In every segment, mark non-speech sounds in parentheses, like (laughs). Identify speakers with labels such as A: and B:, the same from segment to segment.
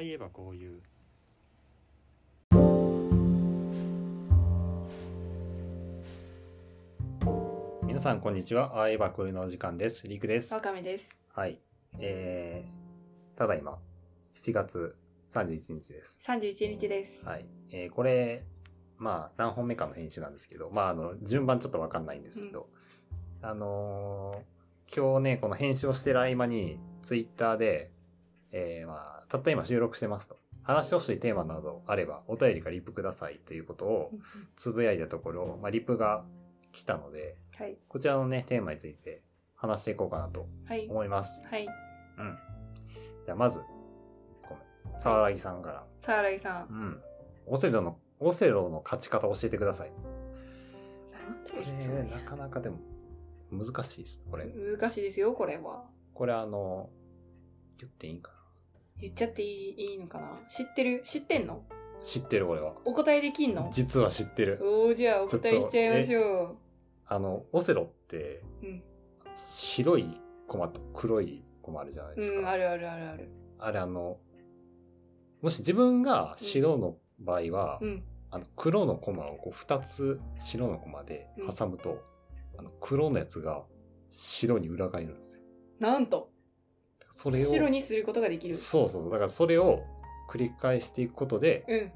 A: いえばこういう
B: 皆さんこんにちは。ああいえばこういうのお時間です。りくです。
C: わかめです。
B: はい。えー、ただいま、7月31日です。
C: 三十一日です。
B: はい。えー、これ、まあ、何本目かの編集なんですけど、まあ、あの、順番ちょっとわかんないんですけど、あのー今日ね、この編集をしてる合間に、ツイッターで、えー、まあ、たった今収録してますと。話してほしいテーマなどあれば、お便りかリプくださいということを
C: うんうん
B: つぶやいたところ、まあ、リプが来たので、
C: はい。
B: こちらのね、テーマについて話していこうかなと
C: はい。
B: 思います。
C: はい。
B: うん。じゃあまず、ごめん。沢木さんから。
C: さあ、らぎさ。
B: うんん。オセロの、オセロの勝ち方教えてください。
C: なんて
B: こ
C: いう
B: れ
C: 質問や
B: なかなかでも、難しいです。これ。
C: 難しいですよ、これは。
B: これあの、言っていいんか
C: 言っちゃっていいいいのかな知ってる知ってんの
B: な。知ってる俺は。
C: お答えできんの
B: 実は知ってる。
C: おー、じゃあお答えしちゃいましょ
B: あの、オセロって、
C: う。うん。
B: 白い駒と黒い駒あるじゃないですか。
C: うん、あるあるあるある。
B: あれあの、もし自分が白の場合は、
C: うん。
B: あの黒のコマをこう2つ白のコマで挟むと、あの黒のやつが白に裏返るんですよ。
C: なんと、
B: それを
C: 白にすることができる。
B: そうそうそうだからそれを繰り返していくことで
C: うん。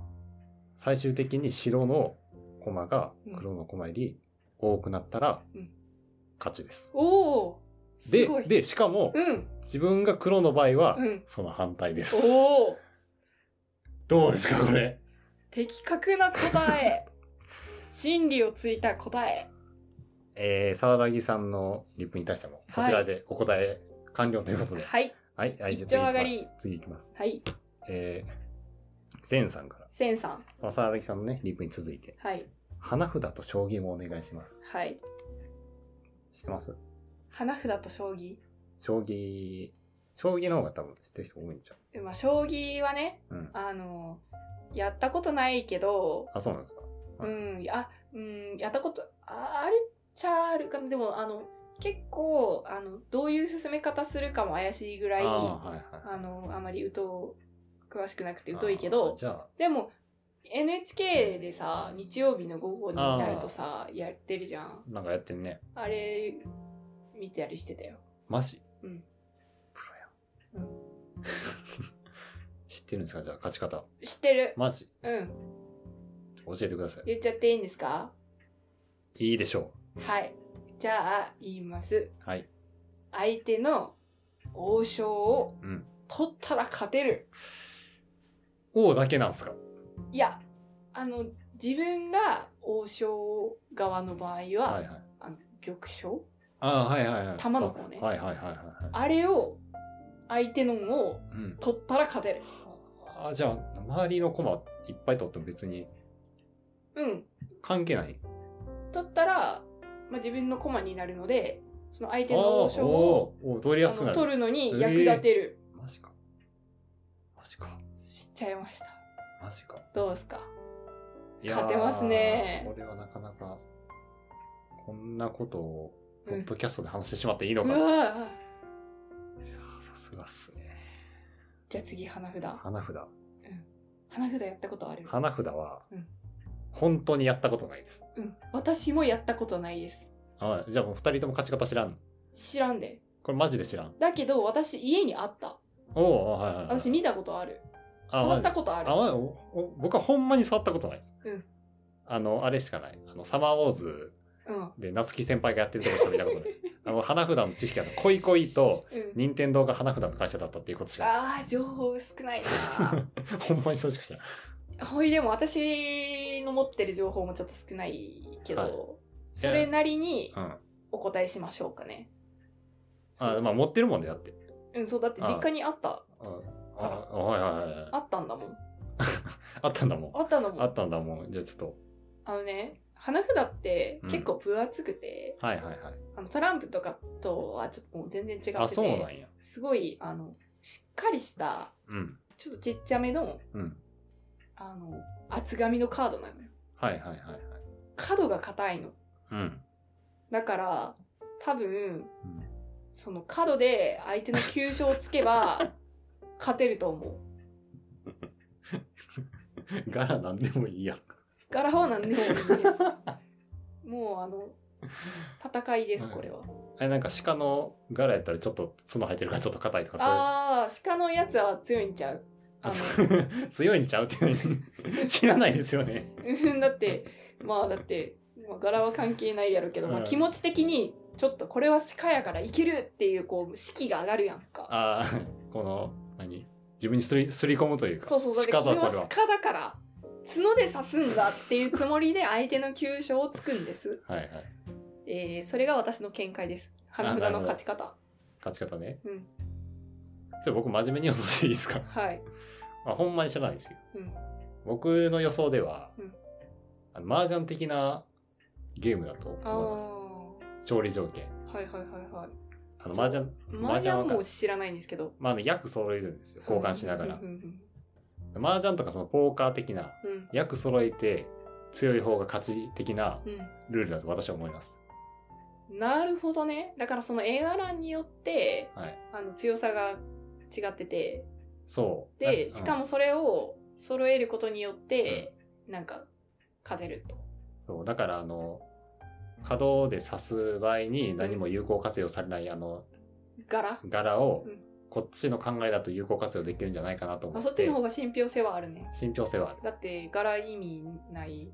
B: 最終的に白のコマが黒のコマより多くなったら
C: うん
B: 勝ちです。
C: おー、す
B: で
C: ごい。
B: でしかも
C: うん。
B: 自分が黒の場合は
C: うん。
B: その反対です。
C: おー、
B: どうですかこれ。
C: 的確な答
B: (laughs)
C: え。真理をついた答え。
B: えー、沢木さんのリップに対してもこちらでお答え完了ということで。
C: はい。
B: はい、はい、
C: 一丁上がり
B: 次いきます。
C: はい。
B: えー、ゼンさんから。
C: 千さん。
B: まあ、沢崎さんのね、リプに続いて。
C: はい。
B: 花札と将棋もお願いします。
C: はい。
B: 知ってます
C: 花札と将棋、
B: 将棋、将棋の方が多分知ってる人多いんちゃ
C: まあ、将棋はね
B: ううん。
C: あのやったことないけど
B: あ、そうなんですか。
C: う
B: はい
C: んあうんやったことああるっちゃあるかなでもあの結構あのどういう進め方するかも怪しいぐらい
B: あ
C: あ
B: ーはいはい。
C: のあまり疎詳しくなくて疎いけ
B: あー
C: ど
B: じゃあ、
C: でも NHK でさ日曜日の午後になるとさやってるじゃん
B: なんかやってんね。
C: あれ見たりしてたよ
B: マジ
C: うん。
B: プロやん。 (laughs) 知ってるんですかじゃあ、勝ち方。
C: 知ってる
B: マジ
C: うん
B: 教えてくださ
C: 言っちゃっていいんですか
B: い。いいでしょ
C: はい。じゃあ、言います。
B: う。はい。
C: 相手の王将を
B: うん。
C: 取ったら勝てる。
B: 王だけなんですか
C: いや、あの、自分が王将側の場合は、
B: はいはい。
C: あの玉将
B: あーはいはいはい。
C: 玉の方ね
B: はいはいはいはいはい。
C: あれを、相手のを
B: うん。
C: 取ったら勝てる。
B: あじゃあ周りのコマいっぱい取っても別に
C: うん。
B: 関係ない
C: 取ったら、まあ、自分の駒になるので、その相手
B: あー
C: の王将を
B: おーおー取りや
C: あ
B: すくな
C: の
B: る
C: 取るのに役立てる。
B: マジかマジか
C: 知っちゃいました。
B: マジか
C: どうですか
B: いやー
C: 勝てますね
B: これはなかなかこんなことをポ
C: う
B: ッ
C: ん
B: ドキャストで話してしまっていいの
C: う
B: か、
C: わ
B: いや
C: ー
B: ーさすがっすね
C: じゃあ次、花札。
B: 花札
C: 花札やったことある
B: 花札は、
C: うん
B: 本当にやったことないです
C: うん、私もやったことないです。
B: あじゃあもう2人とも勝ち方知らん
C: 知らんで。
B: これマジで知らん
C: だけど、私、家にあった。
B: おおはいはい、はい、
C: 私、見たことある。
B: あ
C: 触
B: マ
C: っ
B: ジ
C: たことある
B: あ。まあおお僕はほんまに触ったことない。
C: うん
B: あの、あれしかない。あの、サマーウォーズ
C: うん。
B: で夏木先輩がやってるとこしか見たことない。あの、花札の知識は、恋恋と、
C: うん、
B: 任天堂が花札の会社だったっていうことしか。
C: ああ、情報少ない
B: (laughs)
C: な
B: ほんまにそうしかしない。 (laughs)
C: ほいでも、私の持ってる情報もちょっと少ないけど、
B: はい
C: それなりに
B: うん。
C: お答えしましょうかね。そ
B: あ
C: う
B: まあ、持ってるもんでだって。
C: うん、そう、だって実家にあった。
B: うん。あ、
C: ただ
B: はいはいはいはい。
C: あったんだもん。
B: あったんだもん。
C: あったのも
B: あったんだもん。じゃあちょっと。
C: あのね、花札って
B: うん
C: 結構分厚くて、
B: はいはいはい。
C: あのトランプとかとはちょっともう全然違ってて。
B: あ、そうなんや。
C: すごいあのしっかりした
B: うん。
C: ちょっとちっちゃめの
B: うん。
C: あの厚紙のカードなのよ
B: はいはいはいはい。
C: 角が硬いの
B: うん。 (laughs)
C: だから多分
B: うん (laughs)
C: その角で相手の急所をつけば勝てると思う
B: 柄なんでもいいやん。
C: 柄は何でもいいです。もうあの戦いです、
B: はい
C: これは。
B: あれなんか鹿の柄やったらちょっと角入ってるからちょっと硬いとかそういう
C: ああ、鹿のやつは強いんちゃう。
B: あ (laughs)
C: あ
B: そう強いんちゃうって (laughs) 知らないですよね。
C: うん (laughs) だって、まあだって、まあ、柄は関係ないやろうけど、ま
B: う
C: あ、
B: ん
C: 気持ち的にちょっとこれは鹿やからいけるっていうこう士気が上がるやんか。
B: ああこの何自分にすりすり込むというか
C: そうそう、だって
B: 鹿
C: こ
B: だ
C: れ
B: こ
C: は
B: れは。
C: 鹿だから角で刺すんだっていうつもりで相手の急所をつくんです。
B: はいはい。
C: えー、それが私の見解です。花札の勝ち方。
B: 勝ち方ね。
C: う
B: ち
C: ん。
B: ょっと僕真面目に予想していいですか、
C: はい。
B: あ、ほんまに知らないですよ。
C: うん。
B: 僕の予想では、
C: うん
B: あの麻雀的なゲームだと
C: ああ。
B: 思いま
C: は
B: す。勝利条件。
C: いはいはいはい。
B: あの麻雀、
C: 麻雀は
B: 麻雀
C: も
B: は
C: う知らないんですけど
B: まあ、あの役揃えるんですよ。交換しながら
C: うん。うん
B: 麻雀とかそのポーカー的な
C: うん
B: 役揃えて強い方が勝ち的な
C: うん、
B: ルールだと私は思います。
C: うんなるほどねだからその絵柄によって
B: はい。
C: あの強さが違ってて
B: そう。
C: で
B: あ
C: しか、
B: うん
C: もそれを揃えることによって、なんか勝てると
B: そう。だからあの、角で刺す場合に何も有効活用されないあの
C: 柄
B: 柄を
C: うん
B: こっちの考えだと有効活用できるんじゃないかなと思
C: あ
B: って。
C: そっちの方が信憑性はあるね
B: 信憑性はある。
C: だって柄意味ない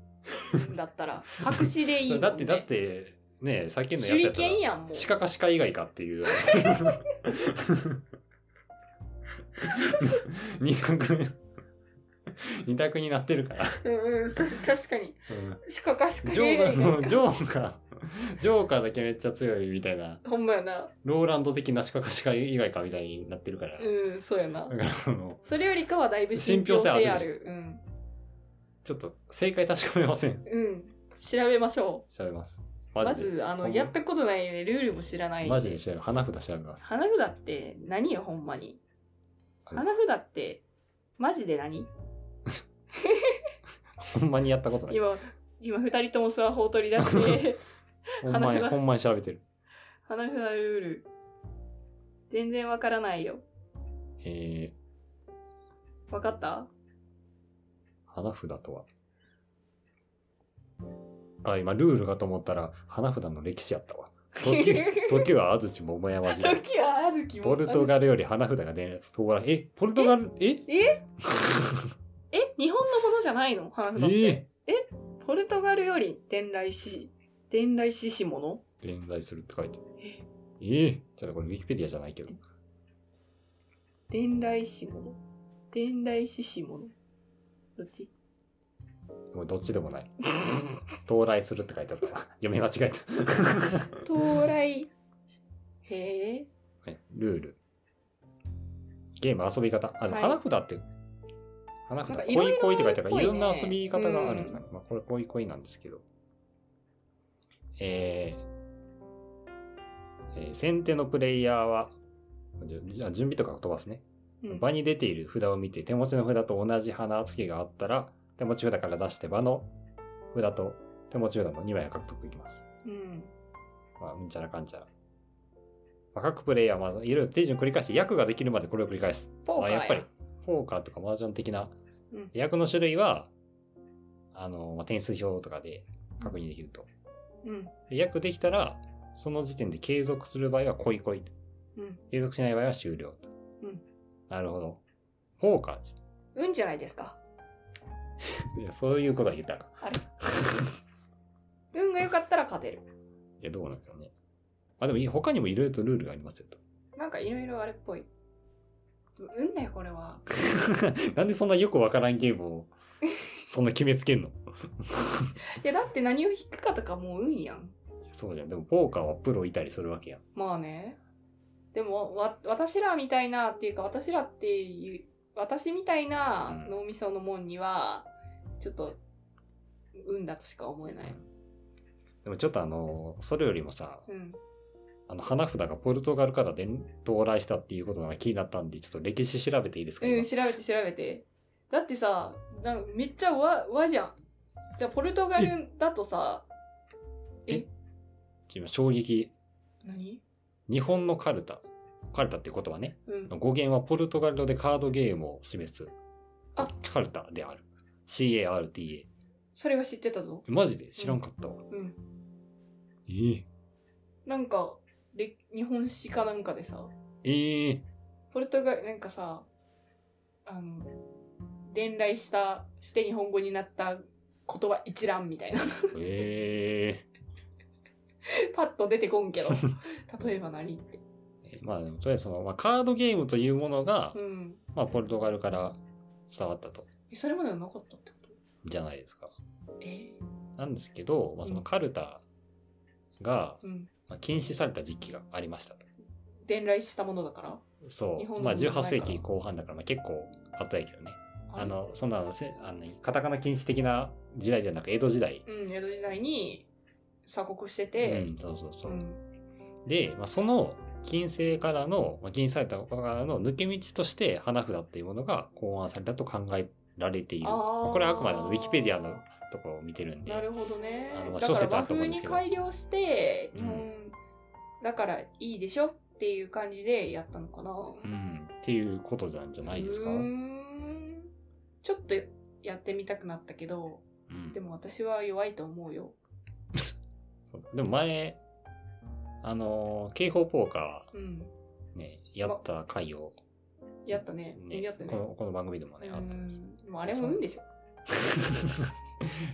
C: んだっ
B: (laughs)
C: たら白紙でいいもん、ね、
B: だって、だって、ねさっきのやつ
C: 手
B: や
C: 裏
B: ったら
C: 剣やんもう
B: 鹿か鹿以外かって
C: (laughs)
B: いう。二択、二択になってるから。
C: うんうんそう確かに
B: (laughs) う
C: しかかしか
B: ん、ジョーカーの、
C: ね
B: ジョーカー、ジョーカーだけめっちゃ強いみたいな、
C: ほんまやな
B: ローランド的な鹿か鹿以外かみたいになってるから。
C: うんそうやな
B: だからあの、
C: それよりかはだいぶ信憑性あるうん、
B: ちょっと正解確かめません。
C: うん、調べましょ
B: 調べます。
C: う
B: マ
C: ま
B: ジで。
C: ずあの
B: ほんま
C: やったことないねルールも知らない
B: マジで調べ花札調べます。
C: 花札って何よほんまに
B: あの
C: 花札ってマジで何
B: ほんまにやったことない。
C: 今今2人ともスマホを取り出して
B: (laughs) ほんまに、
C: 花札
B: ほんまに調べてる。
C: 花札ルール全然わからないよ
B: えー、
C: わかった
B: 花札とはあ、今、ルールがと思ったら、花札の歴史やったわ。時
C: (laughs)
B: 時は安土桃山時代。
C: 時はあずきも
B: ポルトガルより花札がね、遠らえ、ポルトガル、え
C: え日本のものじゃないの花札って、
B: え
C: ポルトガルより伝来し伝来ししもの
B: ー、連在するって書いてる。ええちょっとこれ、ウィキペディアじゃないけど。
C: 伝来しもの伝来ししものどっち
B: もうどっちでも
C: (laughs)
B: ない。到来するって書いてあったわ。読み間違えた。
C: 到来へえ
B: はいルール。ゲーム遊び方。あ、でも
C: はい
B: 花札って、花
C: なん
B: 札、
C: か
B: 恋恋って書いてあるから、い
C: い
B: ろ
C: ろ
B: ん
C: い
B: な
C: ろ
B: 遊び方があるんですか
C: っぽいね
B: ね。まあ、これ恋恋なんですけど。えーえー先手のプレイヤーは、じゃじゃあ準備とか飛ばすね。
C: うん
B: 場に出ている札を見て、手持ちの札と同じ花付けがあったら、手持ち札から出して場の札と手持ち札の2枚を獲得できます。
C: うん
B: まあ、うんちゃらかんちゃら。まあ、各プレイヤーはまあいろいろ手順を繰り返して、役ができるまでこれを繰り返す。
C: ポーカ
B: まあ、
C: ー
B: やっぱり、ポーカーとか麻雀的な、
C: うん
B: 役の種類は、あの、まあ、点数表とかで確認できると。
C: うん
B: で役できたら、その時点で継続する場合は恋恋。
C: うん
B: 継続しない場合は終了と。
C: うん
B: なるほど。ポーカーです。
C: うんじゃないですか
B: いや、そういうことは言ったら。
C: あれ運が良かったら勝てる
B: いや、どうなんだろうね。まあでもいい、他にもいろいろとルールがありますよ
C: (laughs)
B: と。
C: なんかいろいろあれっぽい運だよこれは
B: なんでそんなよくわからんゲームを、そんな決めつけんの
C: いやだって何を引くかとかもう運やん
B: そうじゃん。でも、ポーカーはプロいたりするわけやん。
C: まあねでもわ私らみたいなっていうか私らっていう私みたいな
B: うん
C: 脳みそのもんにはちょっと運だとしか思えない
B: でも、ちょっとあの、それよりもさ、
C: うん
B: あの、花札がポルトガルから伝到来したっていうことが気になったんで、ちょっと歴史調べていいですか、
C: う
B: 今
C: ん、調べて調べて。だってさ、なんかめっちゃ和和じゃん。じゃあポルトガルだとさ、
B: 今、衝撃。
C: 何
B: 日本のカルタ。カルタっていう言葉ね。
C: うん。
B: 語源はポルトガル語でカードゲームを示す。
C: あ
B: カルタである。 CARTA。
C: それは知ってたぞ。
B: マジで知らんかったわ。
C: うん。
B: ええ
C: なんか、れ日本史かなんかでさ、
B: ええ
C: ポルトガル、なんかさ、あの、伝来した、して日本語になった言葉一覧みたい
B: (laughs)
C: な。
B: え
C: パッと出てこん
B: (laughs)
C: けど。例えば何って。
B: えまあでもとりあえずその、まあ、カードゲームというものが、
C: うん。
B: まあポルトガルから伝わったと
C: えそれまではなかったってこと
B: じゃないですか。
C: え
B: なんですけど、まあ、そのカルタが、
C: うん。
B: まあ、禁止された時期がありましたと。
C: 伝来したものだから
B: そ
C: 日
B: う。
C: 本
B: まあ
C: のもの
B: 18
C: な
B: 世
C: いから
B: 紀後半だから、まあ、結構後やけどね。あ、の、そんなのせあの、カタカナ禁止的な時代じゃなく、江戸時代。
C: うん、江戸時代に鎖国して
B: う
C: て、
B: ん、そうそうそうう。
C: ん。
B: で、まあ、その禁制からの、まあ、禁止されたことからの抜け道として花札っていうものが考案されたと考えられている。
C: あー
B: まあこれはあくまであのウィキペディアのところを見てるんで。
C: なるほどね
B: あのまあ。
C: だか
B: 諸
C: ら
B: 説あ
C: 和
B: ると思う
C: 風
B: んです
C: に
B: けど
C: 改良して、
B: うん
C: 日本だからいいでしょっていう感じでやったのかな。
B: うん。っていうことなんじゃないですか。
C: う
B: う
C: ー
B: ん。
C: んちょっとやってみたくなったけど、でも私は弱いと思うよ。
B: そうでも前、あのー、警報ポーカ
C: うん。
B: ーね、やった回を、
C: やったね。
B: ね
C: やったね
B: こ。の、この番組でもね、あったんです。
C: うんもうあれも運でしょ。
B: (laughs) い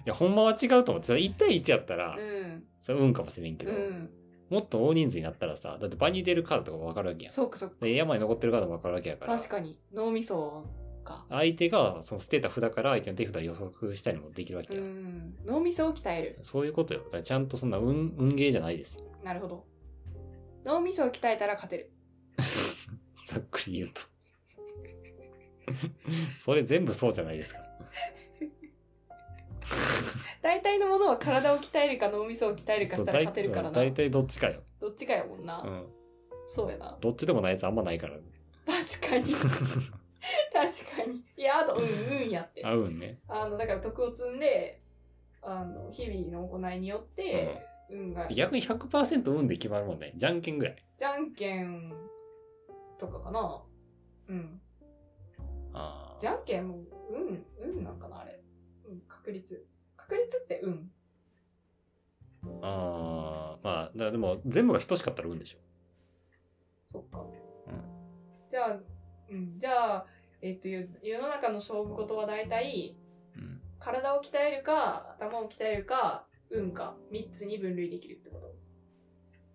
B: や、ほんまは違うと思ってた。1対1やったら
C: う、ん。
B: それ運かもしれんけ
C: う
B: ど、
C: ん。
B: もっと大人数になったらさ、だって場に出るカードとかもわかるわけやん。
C: そうかそうか。
B: で山に残ってるカードもわかるわけやから
C: 確かに。脳みそか。
B: 相手がその捨てた札から相手の手札を予測したりもできるわけ
C: う
B: や、
C: ん。脳みそを鍛える。
B: そういうことよだからちゃんとそんな運運ゲーじゃないですよ
C: なるほど。脳みそを鍛えたら勝てる。
B: ざっくり言うと (laughs) それ全部そうじゃないですか
C: 大体のものは体を鍛えるか脳みそを鍛えるか
B: そう
C: したら勝てるからな。
B: 大体どっちかよ、
C: どっちかやもんな。
B: うん、
C: そうや
B: (laughs)
C: な。
B: どっちでもないやつあんまないから
C: 確
B: (laughs)
C: かに。確かに。いや、あと、うん、うんやって。
B: 合うんね
C: あの、だから徳を積んで、あの、日々の行いによって、運が、
B: 逆に100%運で決まるもんねじゃんけんぐらい
C: じゃんけんとかかな。うん。
B: あ
C: じゃんけんも、運、運なんかな、あれ。うん、確率。確率って運。
B: ーあーまあだからでも全部が等しかったら運でしょ
C: そっか。
B: うん
C: じゃあ、うん、じゃあ、えっと、世世の中の勝負事は大体、
B: うん
C: 体を鍛えるか、頭を鍛えるか、運か、3つに分類できるってこと。
B: い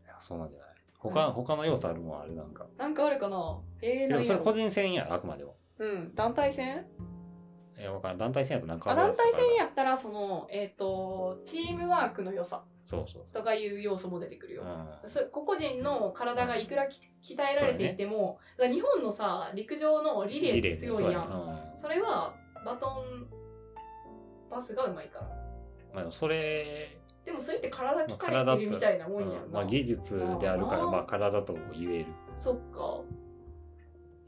B: やそうなんじゃない他、
C: うん
B: 他の要素あるもんあれなんか
C: なんかあるかなえ
B: で
C: ー、
B: も
C: 何
B: そ
C: や
B: れ
C: ろ
B: 個人戦やあくまでも
C: うん、団体戦
B: え、わからん。団体戦やとなんか
C: あ団体戦や
B: ん。
C: ったら、その、えっ、と、チームワークの良さ
B: そうそう。
C: とかいう要素も出てくる
B: う
C: よ。
B: ん。
C: そ個々人の体がいくらき鍛えられていても、だから日本のさ陸上のリレーって強いやん
B: そう
C: それはバトンパスがうまいから
B: うんまあ、それ、
C: でもそれって体鍛えてるみたいなもんやんな、
B: うんまあ、技術であるから、
C: あー
B: まあ、体とも言える。
C: そっか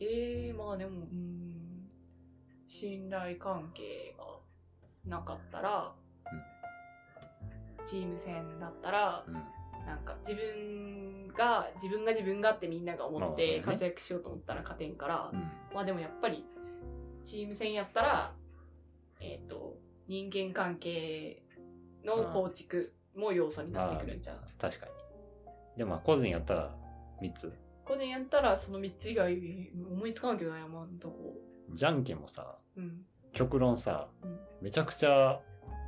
C: えー、まあでもうーん信頼関係がなかったら、チーム戦だったら
B: うん。
C: なんか自分が自分が自分がってみんなが思っ
B: まあ
C: て
B: そうね
C: 活躍しようと思ったら勝てんから、
B: うん
C: まあでもやっぱりチーム戦やったらえっ、と人間関係の構築も要素になってくるんじゃん
B: あー確かに。でも、まあ個人やったら3つ。
C: 個人やったらその3つ以外思いつかんけどな山んとこ
B: じゃんけんもさ、
C: うん
B: 極論さ
C: うん、
B: めちゃくちゃ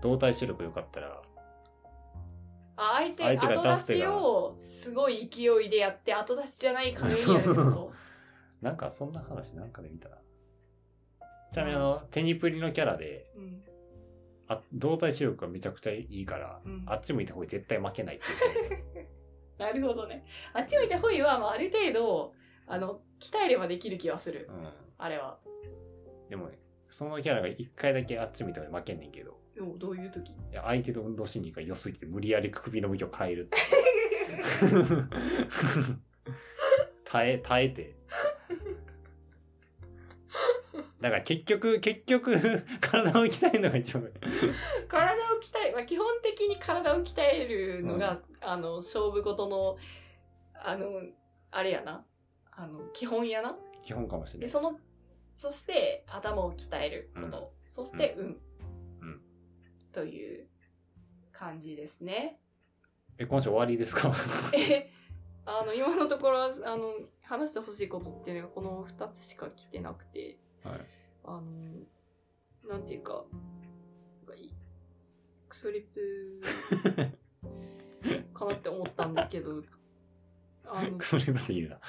B: 動体視力良かったら、
C: あ相手
B: 相手が
C: 後
B: 出す
C: 出
B: 手
C: し
B: が
C: をすごい勢いでやって後出しじゃないかのようにやるって
B: (laughs)
C: こと
B: なんかそんな話なんかで見たな。ちなみにあの、テニプリのキャラで、
C: うん
B: あ動体視力がめちゃくちゃいいから、
C: うん
B: あっち向いた方が絶対負けないって言
C: (laughs)
B: って。
C: なるほどねあっち向いてほいは、まあ、ある程度あの鍛えればできる気はする
B: う
C: あれは
B: ん。でもね、そのキャラが一回だけあっち見たら負けんねんけど、
C: でもどういう時
B: いや相手の運動心理が良すぎて無理やり首の向きを変えるって。耐え、耐えて。だから結局、結局、 (laughs) 体を鍛えるのが一番。
C: 体を鍛え、まあ、基本的に体を鍛えるのが、あの勝負事のあのあれやなあの基本やな
B: 基本かもしれな
C: で
B: い。
C: そのそして頭を鍛えること、そして運、という感じですね。
B: え、今週終わりですか
C: えあの今のところあの話してほしいことっていうのがこの2つしか来てなくて
B: はい。
C: あのなんていうかなんかいクソリ
B: (laughs)
C: プかなって思ったんですけ
B: (laughs)
C: どあの
B: それまで言うな。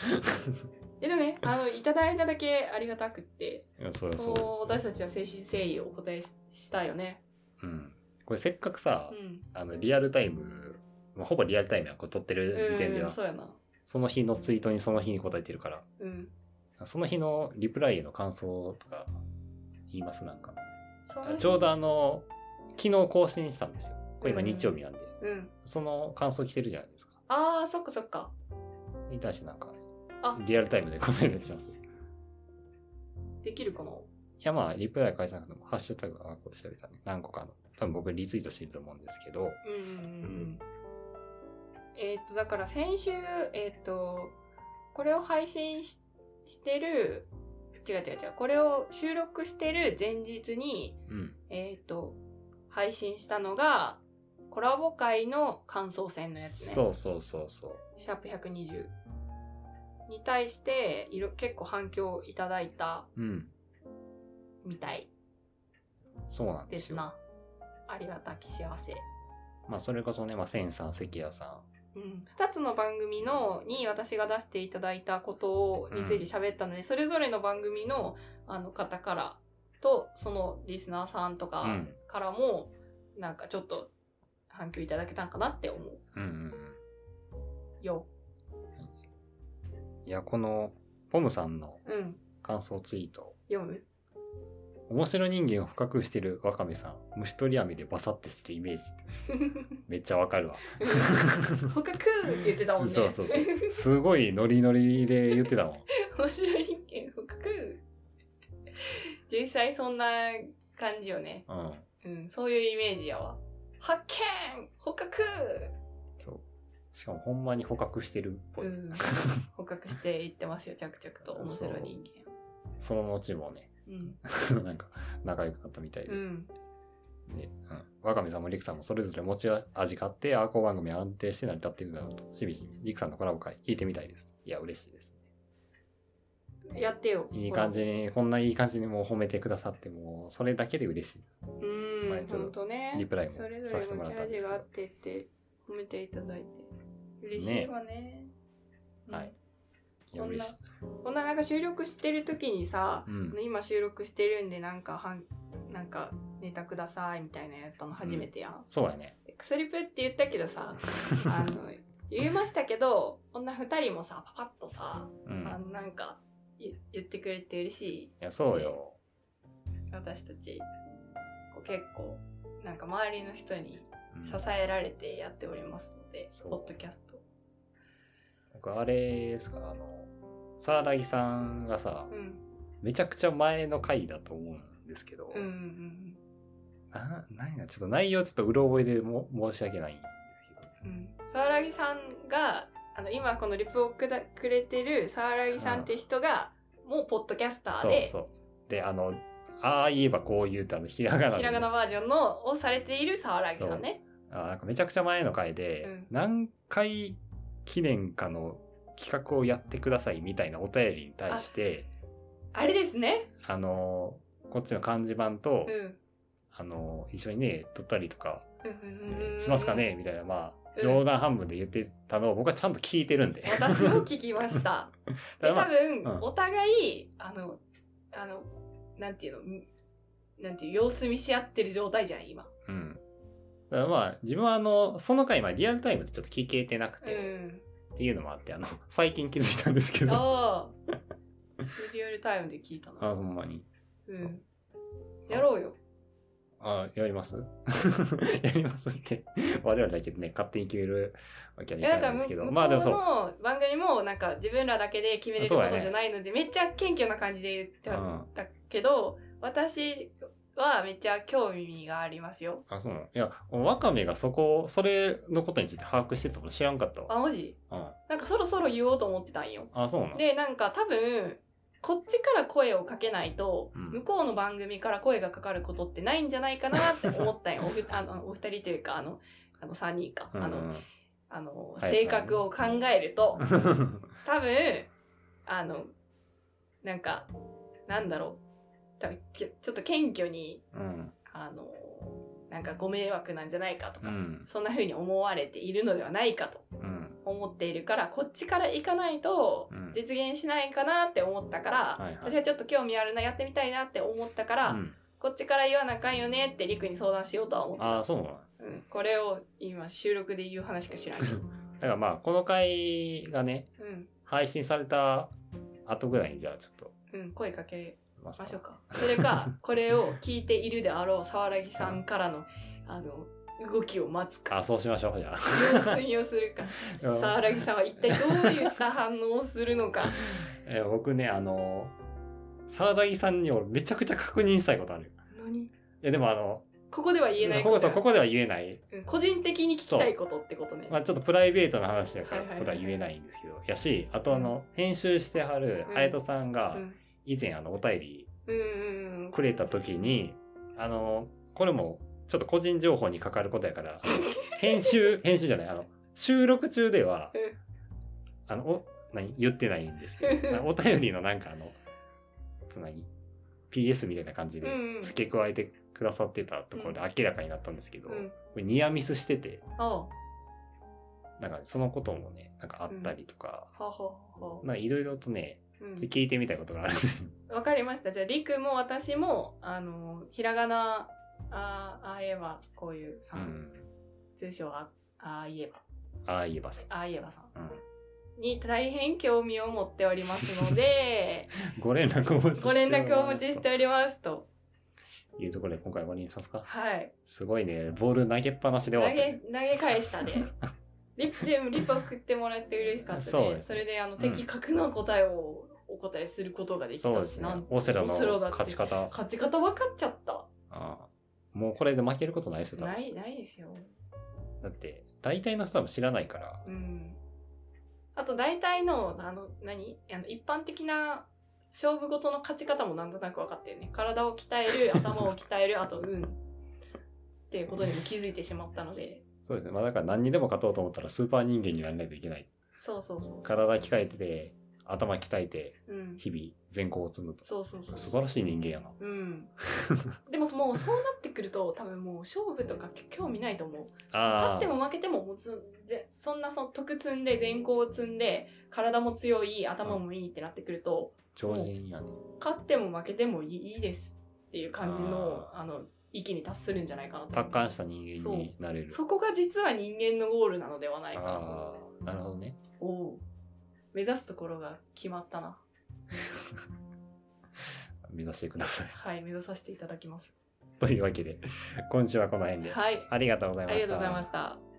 C: えでもねあのいただいただけありがたくって
B: いや、そ
C: そう
B: りゃそうです
C: 私、たちは誠心誠意お答えししたよね。
B: うん。これせっかくさ
C: う、ん、
B: あの、リアルタイム、まあ、ほぼリアルタイムやんこれ撮ってる時点で
C: う
B: は、
C: ん、そうやな。
B: その日のツイートにその日に答えてるから、
C: うん、
B: その日のリプライへの感想とか言いますなんか。
C: そ
B: あちょうどあの、昨日更新したんですよ。これ今日曜日なんで、
C: うん、
B: その感想来てるじゃないですか。
C: ああそっかそっか。
B: に対してなんか
C: あ、
B: リアルタイムで答えたりします。い
C: できるかな
B: やまあ、リプライ返さなくても、ハッシュタグはこと調べたね。何個かの。多分僕リツイートしてると思うんですけど、
C: うんうんえーっとだから先週えーっとこれを配信ししてる違う違う違うこれを収録してる前日に
B: うん。
C: えーっと配信したのがコラボ会の感想戦のやつね
B: そうそうそうそう。
C: シャープ120に対していろ結構反響いただいた
B: うん。
C: みたい
B: そうなんで
C: ですす
B: よ。
C: なありがたき幸せ
B: まあ、それこそね、まあ、千さん、関谷さ
C: うん、2つの番組のに私が出していただいたことについて喋ったので、それぞれの番組のあの方からとそのリスナーさんと
B: ん。う
C: か
B: ん。
C: からも、なんかちょっと反響いただけたんかなって思う
B: うんうん
C: よ。
B: うん。いや、この、ポムさんの
C: うん、
B: 感想ツイート。
C: 読
B: (laughs)
C: む
B: 面白人間を捕獲してるワカメさん、虫取り網でバサってするイメージって。
C: (laughs)
B: めっちゃわかるわ。
C: 捕獲って言ってたもんね。
B: そうそうそう。すごいノリノリで言って
C: (laughs)
B: たもん。
C: 面白い人間捕獲実際そんな感じよね。
B: うん。
C: うん、そういうイメージやわ。発見捕獲
B: そう。しかもほんまに捕獲してるっぽい。 (laughs)
C: うん、捕獲していってますよ着々と面白い人
B: その後もね、 (laughs)
C: 間うん
B: なんか仲良くなったみたいで。
C: うん
B: でうん、ワカメさんもリクさんもそれぞれ持ち味があって、アーコー番組安定して成り立っているんだなと、しびしび、リクさんのコラボ会聞いてみたいです。いや、嬉しいです
C: やってよ
B: ね。いい感じに、こんないい感じにもう褒めてくださって、もうそれだけで嬉しい。
C: ほら
B: まあ
C: うん
B: ちょっと
C: 本当ね
B: リプライも
C: それぞ
B: さ
C: れ
B: せてもら
C: 持
B: っ
C: ち
B: たんですけど
C: 味があってって褒めていただいて嬉しいわねうん
B: はい。いや、
C: こん
B: 嬉
C: な
B: しい。
C: こんななんか収録してる時にさ
B: う、ん。
C: 今収録してるんでなんかはんなんかネタくださいみたいなやったの初めてやん、
B: そうやね。
C: でクソリプって言ったけどさあの言いましたけど女二人もさパパッとさ
B: うん。
C: あのなんかい言ってくれて嬉しい
B: いや、そうよ。
C: 私たちこう結構なんか周りの人に
B: うん
C: 支えられてやっておりますので、
B: そう
C: ポッドキャスト
B: 僕、あれですか、あの、沢良さんがさ、
C: うん
B: めちゃくちゃ前の回だと思うんですけど、
C: うんうん
B: な、なんや、ちょっと内容ちょっとうろ覚えでも申し訳ないんですけど、
C: うんうん沢良木さんがあの今このリプをくだくれてる沢良木さんって人が、もうポッドキャスター
B: そう
C: で
B: そう。で、あの、ああ言えばこう言うってあの、ひらがなの
C: ひらがなバージョンのをされている沢良木さんね
B: あなんかめちゃくちゃ前の回で、
C: うん
B: 何回記念かの企画をやってくださいみたいなお便りに対して、
C: あれですね
B: あの、こっちの漢字版と、
C: うん
B: あの、一緒にね、撮ったりとか、
C: うん
B: ね
C: うんうんうん
B: しますかねみたいな、まあ、
C: うん
B: 冗談半分で言ってたのを僕はちゃんと聞いてるんで。
C: 私も聞きま
B: (laughs)
C: したで
B: だからまあ
C: 多分、
B: うん
C: お互いあのあのなんていうのんなんていう様子見し合ってる状態じゃない今
B: うん。だからまあ、自分はあの、その回、まあ、リアルタイムでちょっと聞けてなく
C: う
B: て、
C: ん
B: っていうのもあって、あの、 (laughs) 最近気づいたんですけど、
C: ああシリアルタイムで聞いた
B: あ、
C: な、
B: ほんまに。
C: う、
B: そうん
C: やろうよ
B: あ、やります (laughs) やりますって、我々だけでね、勝手に決めるわけ
C: い
B: に
C: や
B: はい
C: な
B: か
C: ん
B: な
C: か
B: いんですけ
C: む向こ
B: ど、
C: う
B: まあでもそう、
C: の番組もなんか自分らだけで決めれる
B: そう
C: こ
B: だね
C: とじゃないので、めっちゃ謙虚な感じで言ってはったけど、私はめっちゃ興味がありますよ
B: あ、そうなのいや、ワカメがそこ、それのことについて把握してたこと知らんかったわ。
C: あマジ
B: うん。
C: なんかそろそろ言おうと思ってたんよ
B: あ、そうなの
C: でなんか多分こっちから声をかけないと、
B: うん
C: 向こうの番組から声がかかることってないんじゃないかなって思ったよおふ (laughs) あのお二人というかあのあの3人か、
B: うん
C: あのあの
B: はい
C: 性格を考えると、多分あのなんかなんだろう多分ちょちょっと謙虚に
B: うん
C: あのなんかご迷惑なんじゃないかとか、
B: うん
C: そんな風に思われているのではないかと
B: うん
C: 思っているからこっちから行かないと
B: うん
C: 実現しないかなって思ったから、
B: はいはい
C: 私はちょっと興味あるなやってみたいなって思ったから、
B: うん
C: こっちから言わなあかんよねってりくに相談しようとは思って
B: あ
C: た
B: あ、そうなの
C: うん、これを今収録で言う話しか知ら
B: (laughs)
C: んけど、
B: だからまあこの回がね
C: うん
B: 配信された後ぐらいにじゃあちょっと
C: うん、声かけ
B: まさ
C: ましょうかそれ
B: (laughs)
C: かこれを聞いているであろう沢良木さんからのあの動きを待つか
B: あそうしましょうじゃあ (laughs)
C: 様子見をするか
B: うん
C: 沢良木さんは一体どういった反応をするのか
B: え僕ねあの沢木さんに俺めちゃくちゃ確認したいことあるよ
C: 何
B: いやでもあの
C: ここでは言えない
B: ここ
C: こ
B: とそう
C: だ
B: ここでは言えない、
C: うん個人的に聞きたいことってことね、
B: まあ、ちょっとプライベートな話だから
C: はいはいはい
B: ことは言えないんですけど、やしあとあの編集してはる
C: うん
B: 綾人さんが
C: うん
B: 以前あのお便り
C: うんうんうん
B: くれた時にあのこれもちょっと個人情報にかかることやから (laughs) 編集編集じゃないあの収録中では
C: うん
B: あのお何言ってないんですけどあのお便りのなんかあのつまり PS みたいな感じで
C: うんうん
B: 付け加えてくださってたところで明らかになったんですけど、
C: うん
B: これニアミスしてて
C: ああは
B: なんかそのこともねなんかあったりとか、
C: あはあはあ
B: なんかいろいろとね
C: うん
B: 聞いてみたいことがあるんです。
C: わかりましたじゃありくも私もあのひらがなあああえばこういうさ、
B: うんん、
C: 通称ああいえば
B: ああ言えばさ、
C: ああいえばさん
B: う
C: に大変興味を持っております
B: (laughs)
C: ので
B: ん、ご連絡をお持ちして
C: ご連絡をお持ちしておりますと
B: いうところで今回終わりにしますか
C: はい
B: すごいねボール投げっぱなしで
C: 投
B: 終わったね、
C: げ投げ返したでリ (laughs) でもリップ送ってもらって嬉しかったで
B: そう
C: そ
B: ですね
C: れであの
B: ん
C: 的確な答えをお答えすることができ
B: そう
C: た
B: で
C: し、
B: すね
C: なん
B: オセロ
C: オセロ
B: の
C: だって
B: 勝ち方
C: 勝ち方分かっちゃった
B: ああもうこれで負けることないですよ多分
C: ないないですよ
B: だって大体の人は知らないから
C: うんあと大体のあの何あの一般的な勝負事の勝ち方もなんとなく分かってるね体を鍛え
B: (laughs)
C: る頭を鍛えるあと運っていうことにも気づいてしまったので
B: そうですねまあだから何にでも勝とうと思ったらスーパー人間にならないといけない
C: そうそうそうそう
B: 体鍛えてて頭鍛えて
C: うん
B: 日々善行を積むと
C: そうそうそう
B: 素晴らしい人間やな
C: うんでももうそうなってくると多分もう勝負とかき興味ないと思う勝
B: あ
C: っても負けてももうずぜそんなその得積んで善行を積んで体も強い頭もいいってなってくると、
B: 超人やね
C: 勝っても負けてもいいいいですっていう感じのあの域に達するんじゃないかなと
B: 達
C: 思う
B: 観した人間になれる
C: そこが実は人間のゴールなのではないか
B: あ
C: な
B: あなるほどね
C: おおう目指すところが決まったな
B: 目指してください (laughs)
C: はい目指させていただきます
B: というわけで今週はこの辺で、
C: はい
B: ありがとうございま
C: あ
B: した
C: りがとうございました